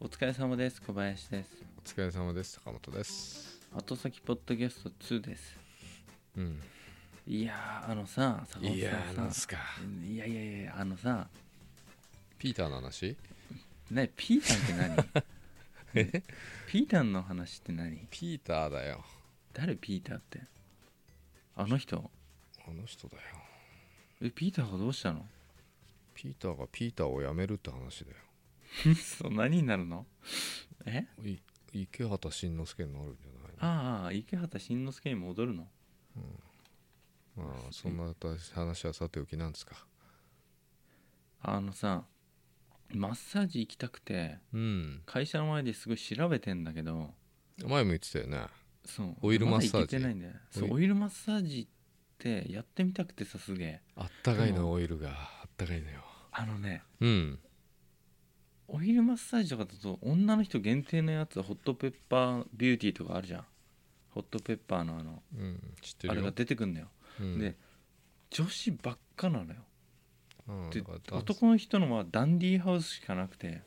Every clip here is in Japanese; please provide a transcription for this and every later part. お疲れ様です小林ですお疲れ様です坂本です後先ポッドキャスト2ですうんいやーあのさ坂本いやーさなんんさすかいやいやいやあのさピーターの話ねピータンって 何えピータンの話って何ピーターだよ誰ピーターってあの人あの人だよえピーターがどうした のピーターがピーターを辞めるって話だよそう何になるのえい池畑慎之介になるんじゃないのああ池畑慎之介に戻るのまあそんな話はさておきなんですかあのさマッサージ行きたくてうん会社の前ですごい調べてんだけど前も言ってたよねそうオイルマッサまだ行ージけてないんだよそうオオイルマッサージってやってみたくてさすげえあったかいでのもオイルがあったかいのよあのねうんオイルマッサージとかだと女の人限定のやつホットペッパービューティーとかあるじゃんホットペッパーのあのうん知ってあるれよが出てくんだよ、うんで女子ばっかなのようんでなんかダンス男の人のはダンディーハウスしかなくて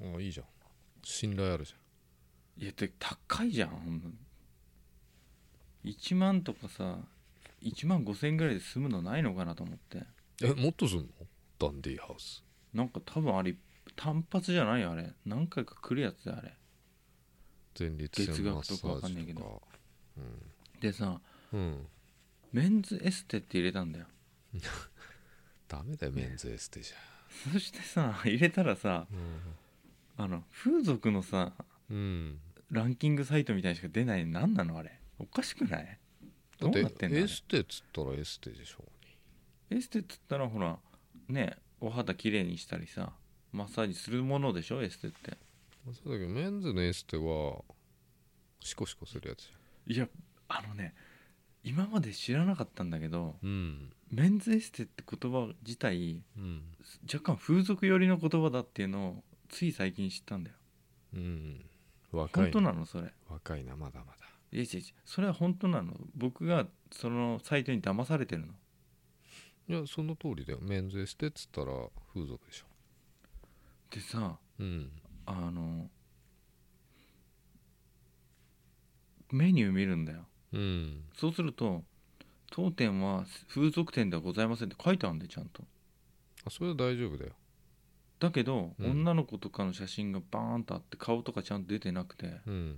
あいいじゃん信頼あるじいやで高いじゃんほん1万とかさ1万5千円ぐらいで済むのないのかなと思ってゃんえもっとすんのダンディーハウスなんか多分あれ単発じゃないよあれ何回か来るやつだよあれ前立腺月マッ額サとかわかーんないジけとかどでさうん、うん、メンズエステって入れたんだよ ダメだよメンズエステじそしてさ入れたらさゃんあの風俗のさうん、うん、ランキングサイトみたいにしか出ない何なのあれおかしくないどうなってんのあれエステっつったらエステでしょエステっつったらほらねお肌きれいにしたりさマッサージするものでしょエステってまあそうだけどメンズのエステはシコシコするやつじいやあのね今まで知らなかったんだけどゃんうんメンズエステって言葉自体うん若干風俗寄りの言葉だっていうのをつい最近知ったんだようん若本い当ななのそれ若いなまだまだいやいやいやそれは本当なの僕がそのサイトに騙されてるのいやその通りだよメンズエステっつったら風俗でしょでさうんあのメニュー見るんだようんそうすると当店は風俗店ではございませんって書いてあるんでちゃんとあそれは大丈夫だよだけど、うん女の子とかの写真がバーンとあって顔とかちゃんと出てなくてうん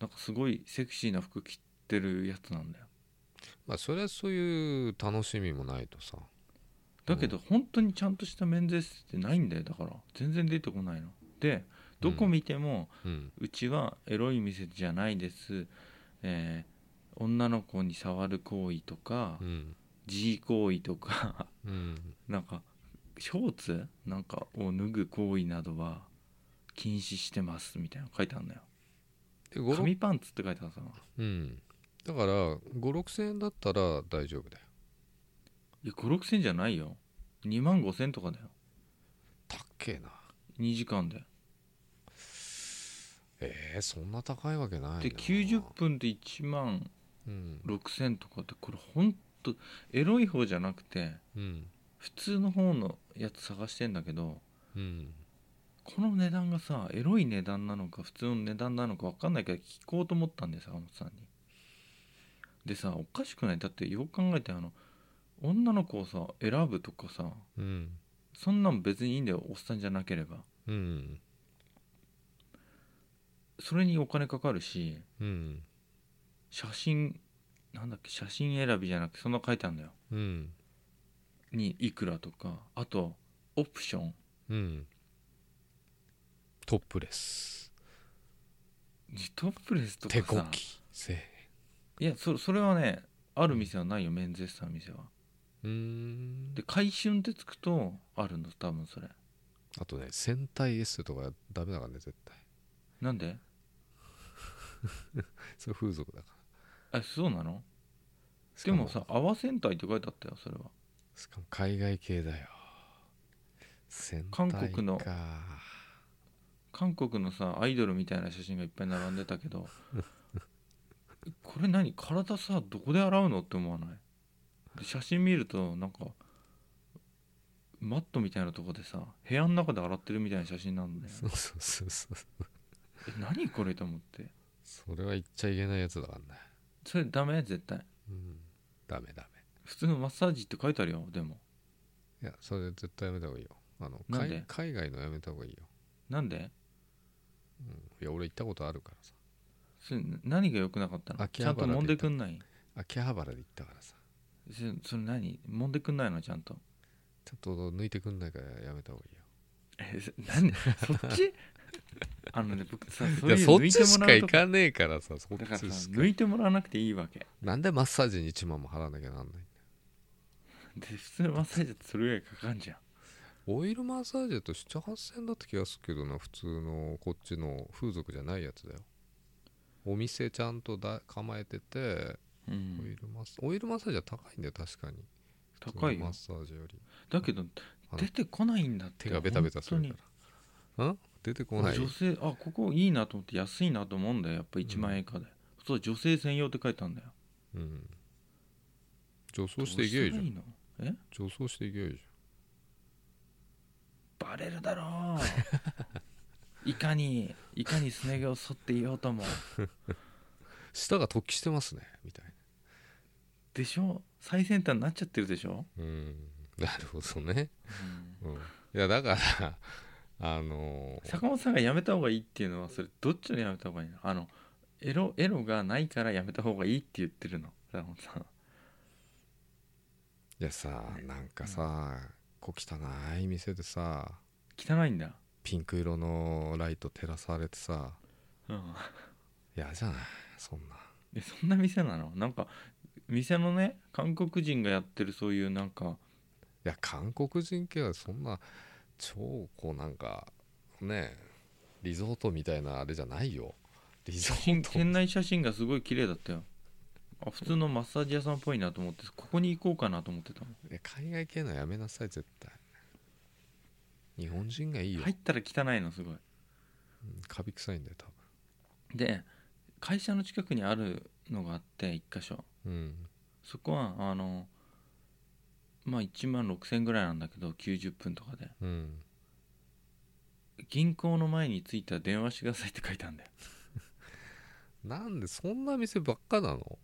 なんかすごいセクシーな服着てるやつなんだよまあそれはそういう楽しみもないとさだけど本当にちゃんとしたメンズエステってないんだよだから全然出てこないのでどこ見ても、うんうちはエロい店じゃないです、えー女の子に触る行為とかうん自慰行為とか うんなんかショーツなんかを脱ぐ行為などは禁止してますみたいなの書いてあるんだよで5 6紙パンツって書いてあるさうんだから56000円だったら大丈夫だよいや5 6千じゃないよ2万5千とかだよたっけえな2時間でえー、そんな高いわけないなで90分で1万うん6千とかってこれほんとエロい方じゃなくてうん普通の方のやつ探してんだけどうんこの値段がさエロい値段なのか普通の値段なのか分かんないけど聞こうと思ったんで坂本さんにでさおかしくないだってよく考えてあの女の子をさ選ぶとかさうんそんなん別にいいんだよおっさんじゃなければうんそれにお金かかるしうん写真なんだっけ写真選びじゃなくてそんな書いてあるんだようんにいくらとかあとオプションうんトップレストップレスと手かこさきせいやそそれはねある店はないよメンズエステの店はうーんで回春ってつくとあるの多分それあとね戦隊エステとかダメだからね絶対なんでそれ風俗だからあそうなのしでかもさ「泡戦隊」って書いてあったよそれはしかも海外系だよ戦韓隊か国の韓国のさアイドルみたいな写真がいっぱい並んでたけ どこれ何体さどこで洗うのって思わないで写真見るとなんかマットみたいなとこでさ部屋の中で洗ってるみたいな写真なんだよそうそうそうそうえ何これと思ってそれは言っちゃいけないやつだからねそれダメ絶対うんダメダメ普通のマッサージって書いてあるよでもいやそれ絶対やめた方がいいよあのなんで海海外のやめた方がいいよ、なんでうん、いや俺行ったことあるからさそれ何が良くなかったの秋ちゃ葉んと原揉んでくんない秋葉原で行ったからさそれそれ何揉んでくんないのちゃんとちょっと抜いてくんないからやめた方がいいよえそ 何そっちあのね僕さそういやいうそっ抜いちてしもからう行とかねえからさそっだからさちしか抜いてもらわなくていいわけなんでマッサージに1万も払わなきゃなんないんだよで普通のマッサージだってそれぐらいかかんじゃんオイルマッサージだと7 8000円だった気がするけどな普通のこっちの風俗じゃないやつだよお店ちゃんとだ構えててうオイん、ルマッサオイルマッサージは高いんだよ確かに高普通いのよマッサージよりだけどあの出てこないんだって手がベタベタするからん出てこ本当なにい女性あここいいなと思って安いなと思うんだよやっぱ1万円以下で、そう女性専用って書いてあるんだようん女装していけばいいじゃどうしたんらいいのえ女装していけばいいじバレるだろう いかにいかにすね毛を剃っていようともゃん舌が突起してますねみたいでしょ最先端になっちゃってるでしょ、なうんなるほどね、うんうん、いやだから あのー坂本さんがやめた方がいいっていうのはそれどっちのやめた方がいいのあのエロエロがないからやめた方がいいって言ってるの坂本さんいやさなんかさ、こう汚い店でさ汚いんだピンク色のライト照らされてさうん嫌じゃないそんなえそんな店なのなんか店のね韓国人がやってるそういうなんかいや韓国人系はそんな超こうなんかねリゾートみたいなあれじゃないよリゾ写真ート店内写真がすごい綺麗だったよあ普通のマッサージ屋さんっぽいなと思ってここに行こうかなと思ってたいや海外系のやめなさい絶対日本人がいいよ、入ったら汚いのすごいうんカビ臭いんだよ多で会社の近くにあるのがあって一箇所分うんそこはあのまあ1万6000円ぐらいなんだけど90分とかでうん銀行の前に着いたら電話してくださいって書いてあるんだよ なんでそんな店ばっかなの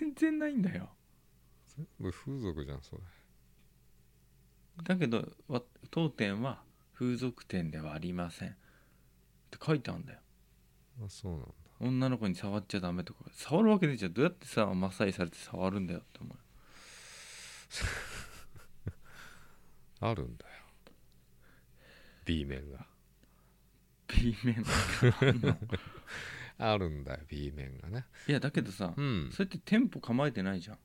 全然ないんだよ全部風俗じゃんそれだけどわ当店は風俗店ではありませんって書いてあるんだよあそうなんだ女の子に触っちゃダメとか触るわけねえじゃんどうやってさマッサージされて触るんだよって思うあるんだよ B 面が B 面なんかあるんだよ B 面がねいやだけどさ、うんそうやって店舗構えてないじゃん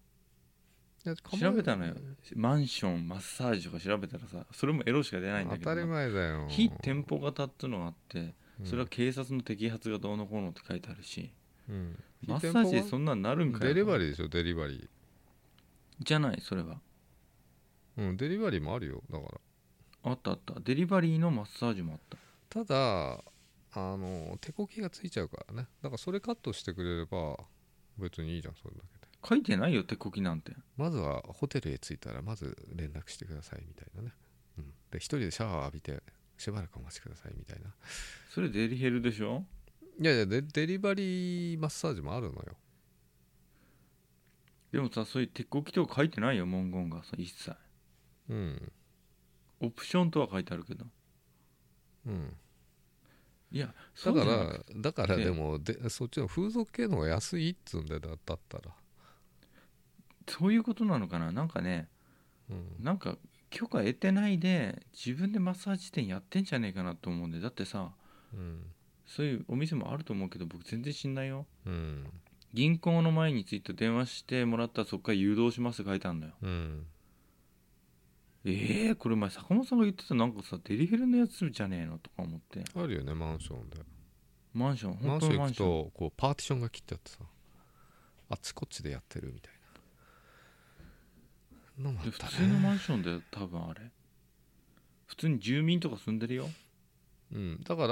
調べたのよマンションマッサージとか調べたらさそれもエロしか出ないんだ当けたどりな前だよ非店舗型っていうのがあってうんそれは警察の摘発がどうのこうのって書いてあるし、うんマッサージで非店舗そんなんなるんはかよデリバリーでしょデリバリじゃないそれはーうんデリバリーもあるよだからあったあったデリバリーのマッサージもあったただあの手こきがついちゃうからねだからそれカットしてくれれば別にいいじゃんそれだけで書いてないよ手こきなんてまずはホテルへ着いたらまず連絡してくださいみたいなね、うん、で一人でシャワー浴びてしばらくお待ちくださいみたいなそれデリヘルでしょいやいやデデリバリーマッサージもあるのよでもさそういう手こきとか書いてないよ文言がさ一切うんオプションとは書いてあるけどうんいやだかそうじゃなくらだからねでもでそっちの風俗系の方が安いっつうんだよだだったらそういうことなのかななんかねうんなんか許可得てないで自分でマッサージ店やってんじゃねえかなと思うんでだってさうんそういうお店もあると思うけど僕全然知んないようん銀行の前について電話してもらったらそっから誘導しますって書いてあるんだようんええこれ前坂本さんが言ってたなんかさデリヘルのやつじゃねえのとか思ってあるよねマンションでマンションマ本ン当ショのンマン行くションとこうパーティションが切ってあってさあっちこっちでやってるみたいなのもあでっ普た通のねマンションだよ多分あれ普通に住民とか住んでるようんだから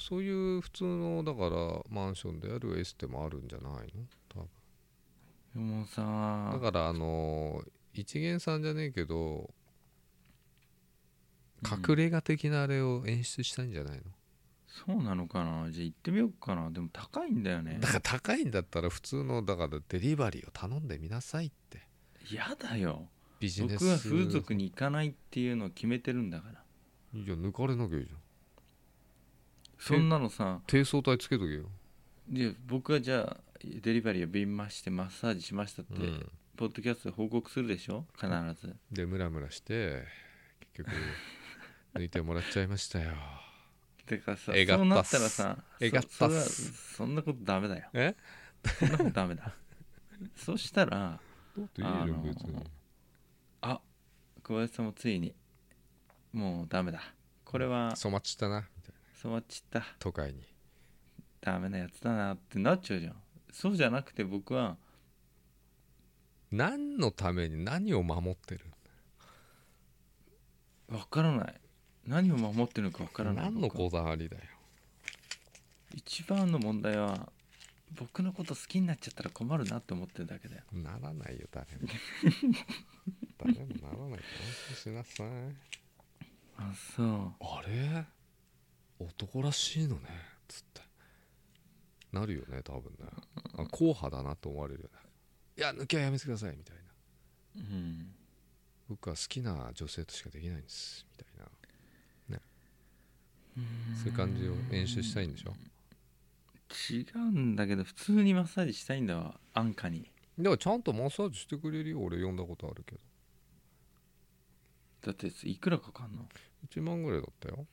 そういう普通のだからマンションであるエステもあるんじゃないの多分でもさだからあのー一元さんじゃねえけど隠れ家的なあれを演出したいんじゃないの、そうなのかなじゃあ行ってみようかなでも高いんだよねだから高いんだったら普通のだからデリバリーを頼んでみなさいってやだよビジネス僕は風俗に行かないっていうのを決めてるんだからいや抜かれなきゃいいじゃんそんなのさ低層体つけとけよ、いや僕がじゃあデリバリーを便ましてマッサージしましたって、うんポッドキャストで報告するでしょ必ずでムラムラして 結局抜いてもらっちゃいましたよてかさえがっそたうっすなったらさえがったっそすそれはそんなことダメだよえそんなことダメだ そしたらだっていいじゃあんの別にあ小林さんもついにもうダメだこれは染まっちったなみたいな染まっちった都会にダメなやつだなってなっちゃうじゃんそうじゃなくて僕は何のために何を守ってる分からない何を守ってるのか分からない何の僕はこだわりだよ一番の問題は僕のこと好きになっちゃったら困るなって思ってるだけだよならないよ誰も 誰もならないから安心しなさいあそうあれ男らしいのねつってなるよね多分ねあ硬派だなと思われるよねいや抜きはやめてくださいみたいなうん僕は好きな女性としかできないんですみたいなそういう感じを演出したいんでしょ違うんだけど普通にマッサージしたいんだわ安価にでもちゃんとマッサージしてくれるよ俺呼んだことあるけどだっていくらかかんの1万ぐらいだったよ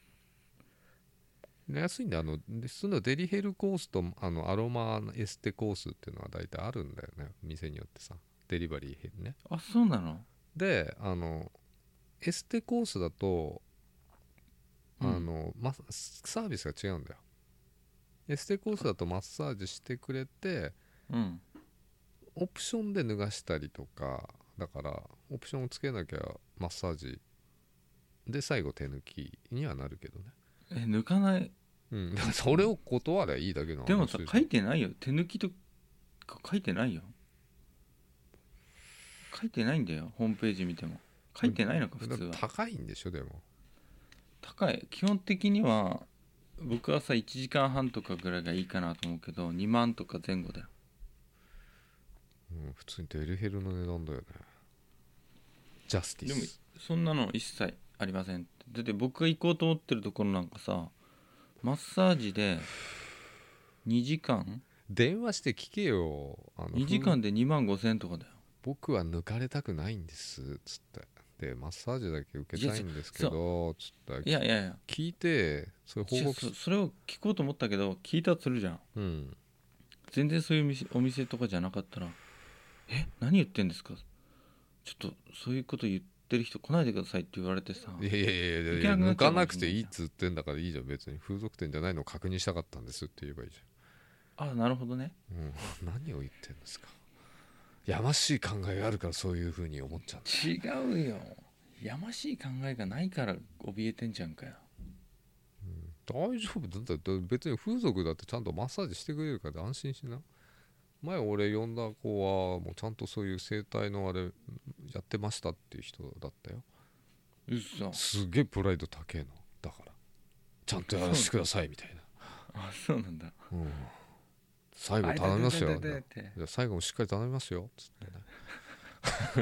安いんであのでそのデリヘルコースとあのアロマエステコースっていうのは大体あるんだよね店によってさデリバリーねあそうなのであのエステコースだとあうんの、マッサービスが違うんだよエステコースだとマッサージしてくれてうんオプションで脱がしたりとかだからオプションをつけなきゃマッサージで最後手抜きにはなるけどねえ抜かないうん、 それを断りゃいいだけなのでもさ書いいてないよ手抜きとか書いてないよ書いてないんだよホームページ見ても書いてないのか普通は高いんでしょでも高い基本的には僕はさ1時間半とかぐらいがいいかなと思うけど2万とか前後だようん普通にデルヘルの値段だよねジャスティでもスそんなの一切ありませんだって僕が行こうと思ってるところなんかさマッサージで2時間電話して聞けよあの2時間で2万5千とかだよ僕は抜かれたくないんですつってでマッサージだけ受けたいんですけどつっていやいやいや聞いてそれ報告そしそれを聞こうと思ったけど聞いたとするじゃんうん全然そういう店お店とかじゃなかったら「え何言ってんですかちょっとそういうこと言ってる人来ないでください」って言われてさいやいやいやいやいいけやなくなっ抜ちゃうかかもしれないなくていいっつってんだからいいじゃん別に風俗店じゃないのを確認したかったんですって言えばいいじあなるほどねゃん、うん、何を言ってんですかやましい考えがあるからそういうふうに思っちゃうんだ違うよやましい考えがないから怯えてんじゃんかよ大丈夫だってだって別に風俗だってちゃんとマッサージしてくれるから安心しな前俺呼んだ子はもうちゃんとそういう整体のあれやってましたっていう人だったようっそすげえプライド高えのだからちゃんとやらせてくださいみたい あそうなんだな、うん、最後頼みますよあいたいたいたいたじゃあ最後もしっかり頼みますよつって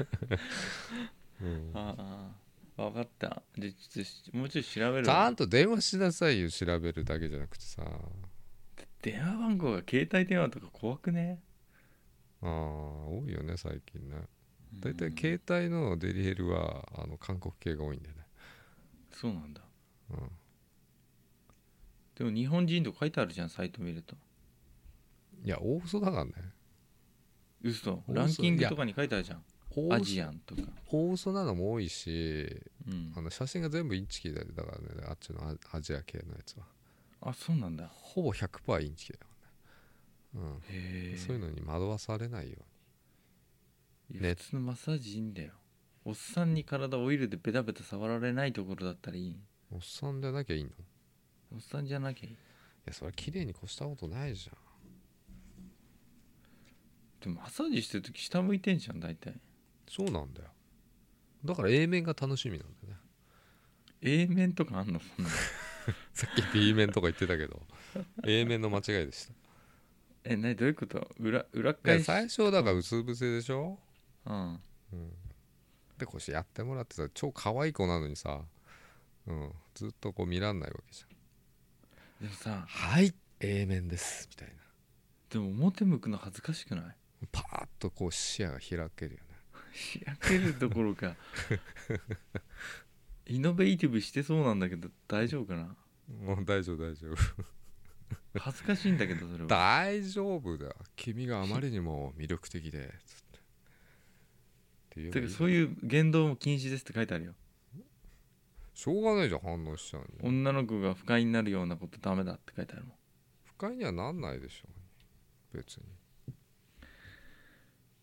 うんあああ分かったじゃあちょっともうちょい調べるちゃわんと電話しなさいよ調べるだけじゃなくてさ電話番号が携帯電話とか怖くねあー多いよね最近ね大体うん携帯のデリヘルはあの韓国系が多いんだよね、そうなんだうん、でも日本人とか書いてあるじゃんサイト見るといや大嘘だからね嘘嘘ランキングとかに書いてあるじゃん大ア嘘ジアンとか、大嘘なのも多いしうんあ、の写真が全部インチキだよだからねあっちのアアジア系のやつはあそうなんだほぼ100%インチキだよね、うへん、そういえうのに惑わされないよいや普通のマッサージいいんだよおっさんに体オイルでベタベタ触られないところだったらいいうにおっさんじゃなきゃいいのいおっさんじゃなきゃいいやそれは綺麗に越したことないじゃんでもマッサージしてる時下向いてんじゃん大体そうなんだよだから A 面が楽しみなんだよね A 面とかあんのそんなの さっき B 面とか言ってたけど A 面の間違いでしたえ何どういうこと裏裏いや返し最初だからうつ伏せでしょうんでこうしてやってもらってさ超可愛い子なのにさ、うん、ずっとこう見らんないわけじゃんでもさはい A 面ですみたいなでも表向くの恥ずかしくないパーッとこう視野が開けるよね開けるどころ かイノベーティブしてそうなんだけど大丈夫かなもう大丈夫大丈夫恥ずかしいんだけどそれは 大丈夫だ君があまりにも魅力的でつってっていうてかそういう言動も禁止ですって書いてあるよしょうがないじゃん反応しちゃうんで女の子が不快になるようなことダメだって書いてあるもん不快にはなんないでしょ別に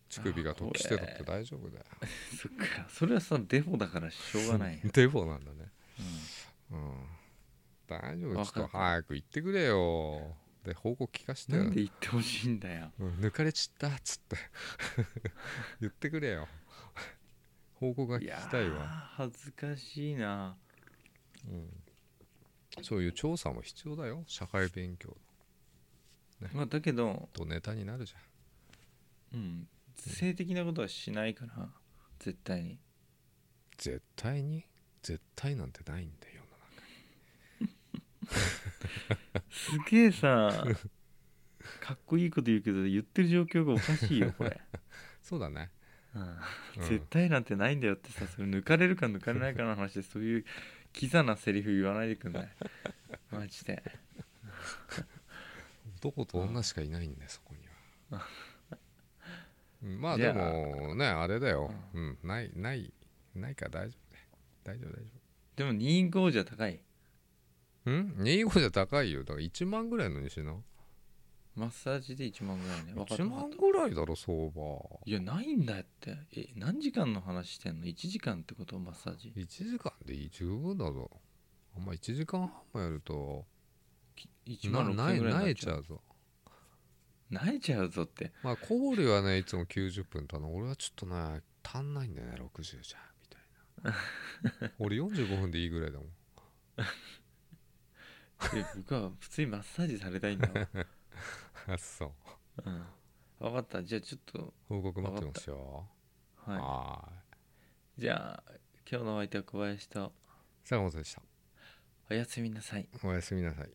乳首が突起してたって大丈夫だよそっかそれはさデフォだからしょうがない デフォなんだねうん大丈夫わちかょっったと早く行ってくれよで報告聞かしてなんで言ってほしいんだようん抜かれちったっつって 言ってくれよ報告が聞いきやーたいわ恥ずかしいなそういう調査も必要だよ社会勉強まあだけど、とネタになるじうん、性的なことはしないから絶対にゃん絶対に絶対なんてないんだよすげえ さかっこいいこと言うけど言ってる状況がおかしいよこれ、そうだねうん う ん絶対なんてないんだよってさそれ抜かれるか抜かれないかの話でそういうキザなセリフ言わないでくんない マジで男と女しかいないんだよそこには うんまあじゃであもねあれだようんないないないから大丈夫だよ大丈夫大丈でも2.5じゃ高い夫うん25じゃ高いよだから1万ぐらいのにしなマッサージで1万ぐらいね分かった1分か万ったぐらいだろ相場いやないんだってえ何時間の話してんの1時間ってことマッサージ1時間で十分だぞあんま1時間半もやると1な万な6千いぐらいにななっえちちゃうゃうぞなえちゃうぞってまあ小堀はねいつも90分だな俺はちょっとね足んないんだよね60じゃみた いな俺45分でいいぐらいだもんえ僕は普通にマッサージされたい んだわ、あそううん、分かったじゃあちょっと報告待ってますよははいーいじゃあ今日のお相手は小林と坂本でしたおやすみなさいおやすみなさい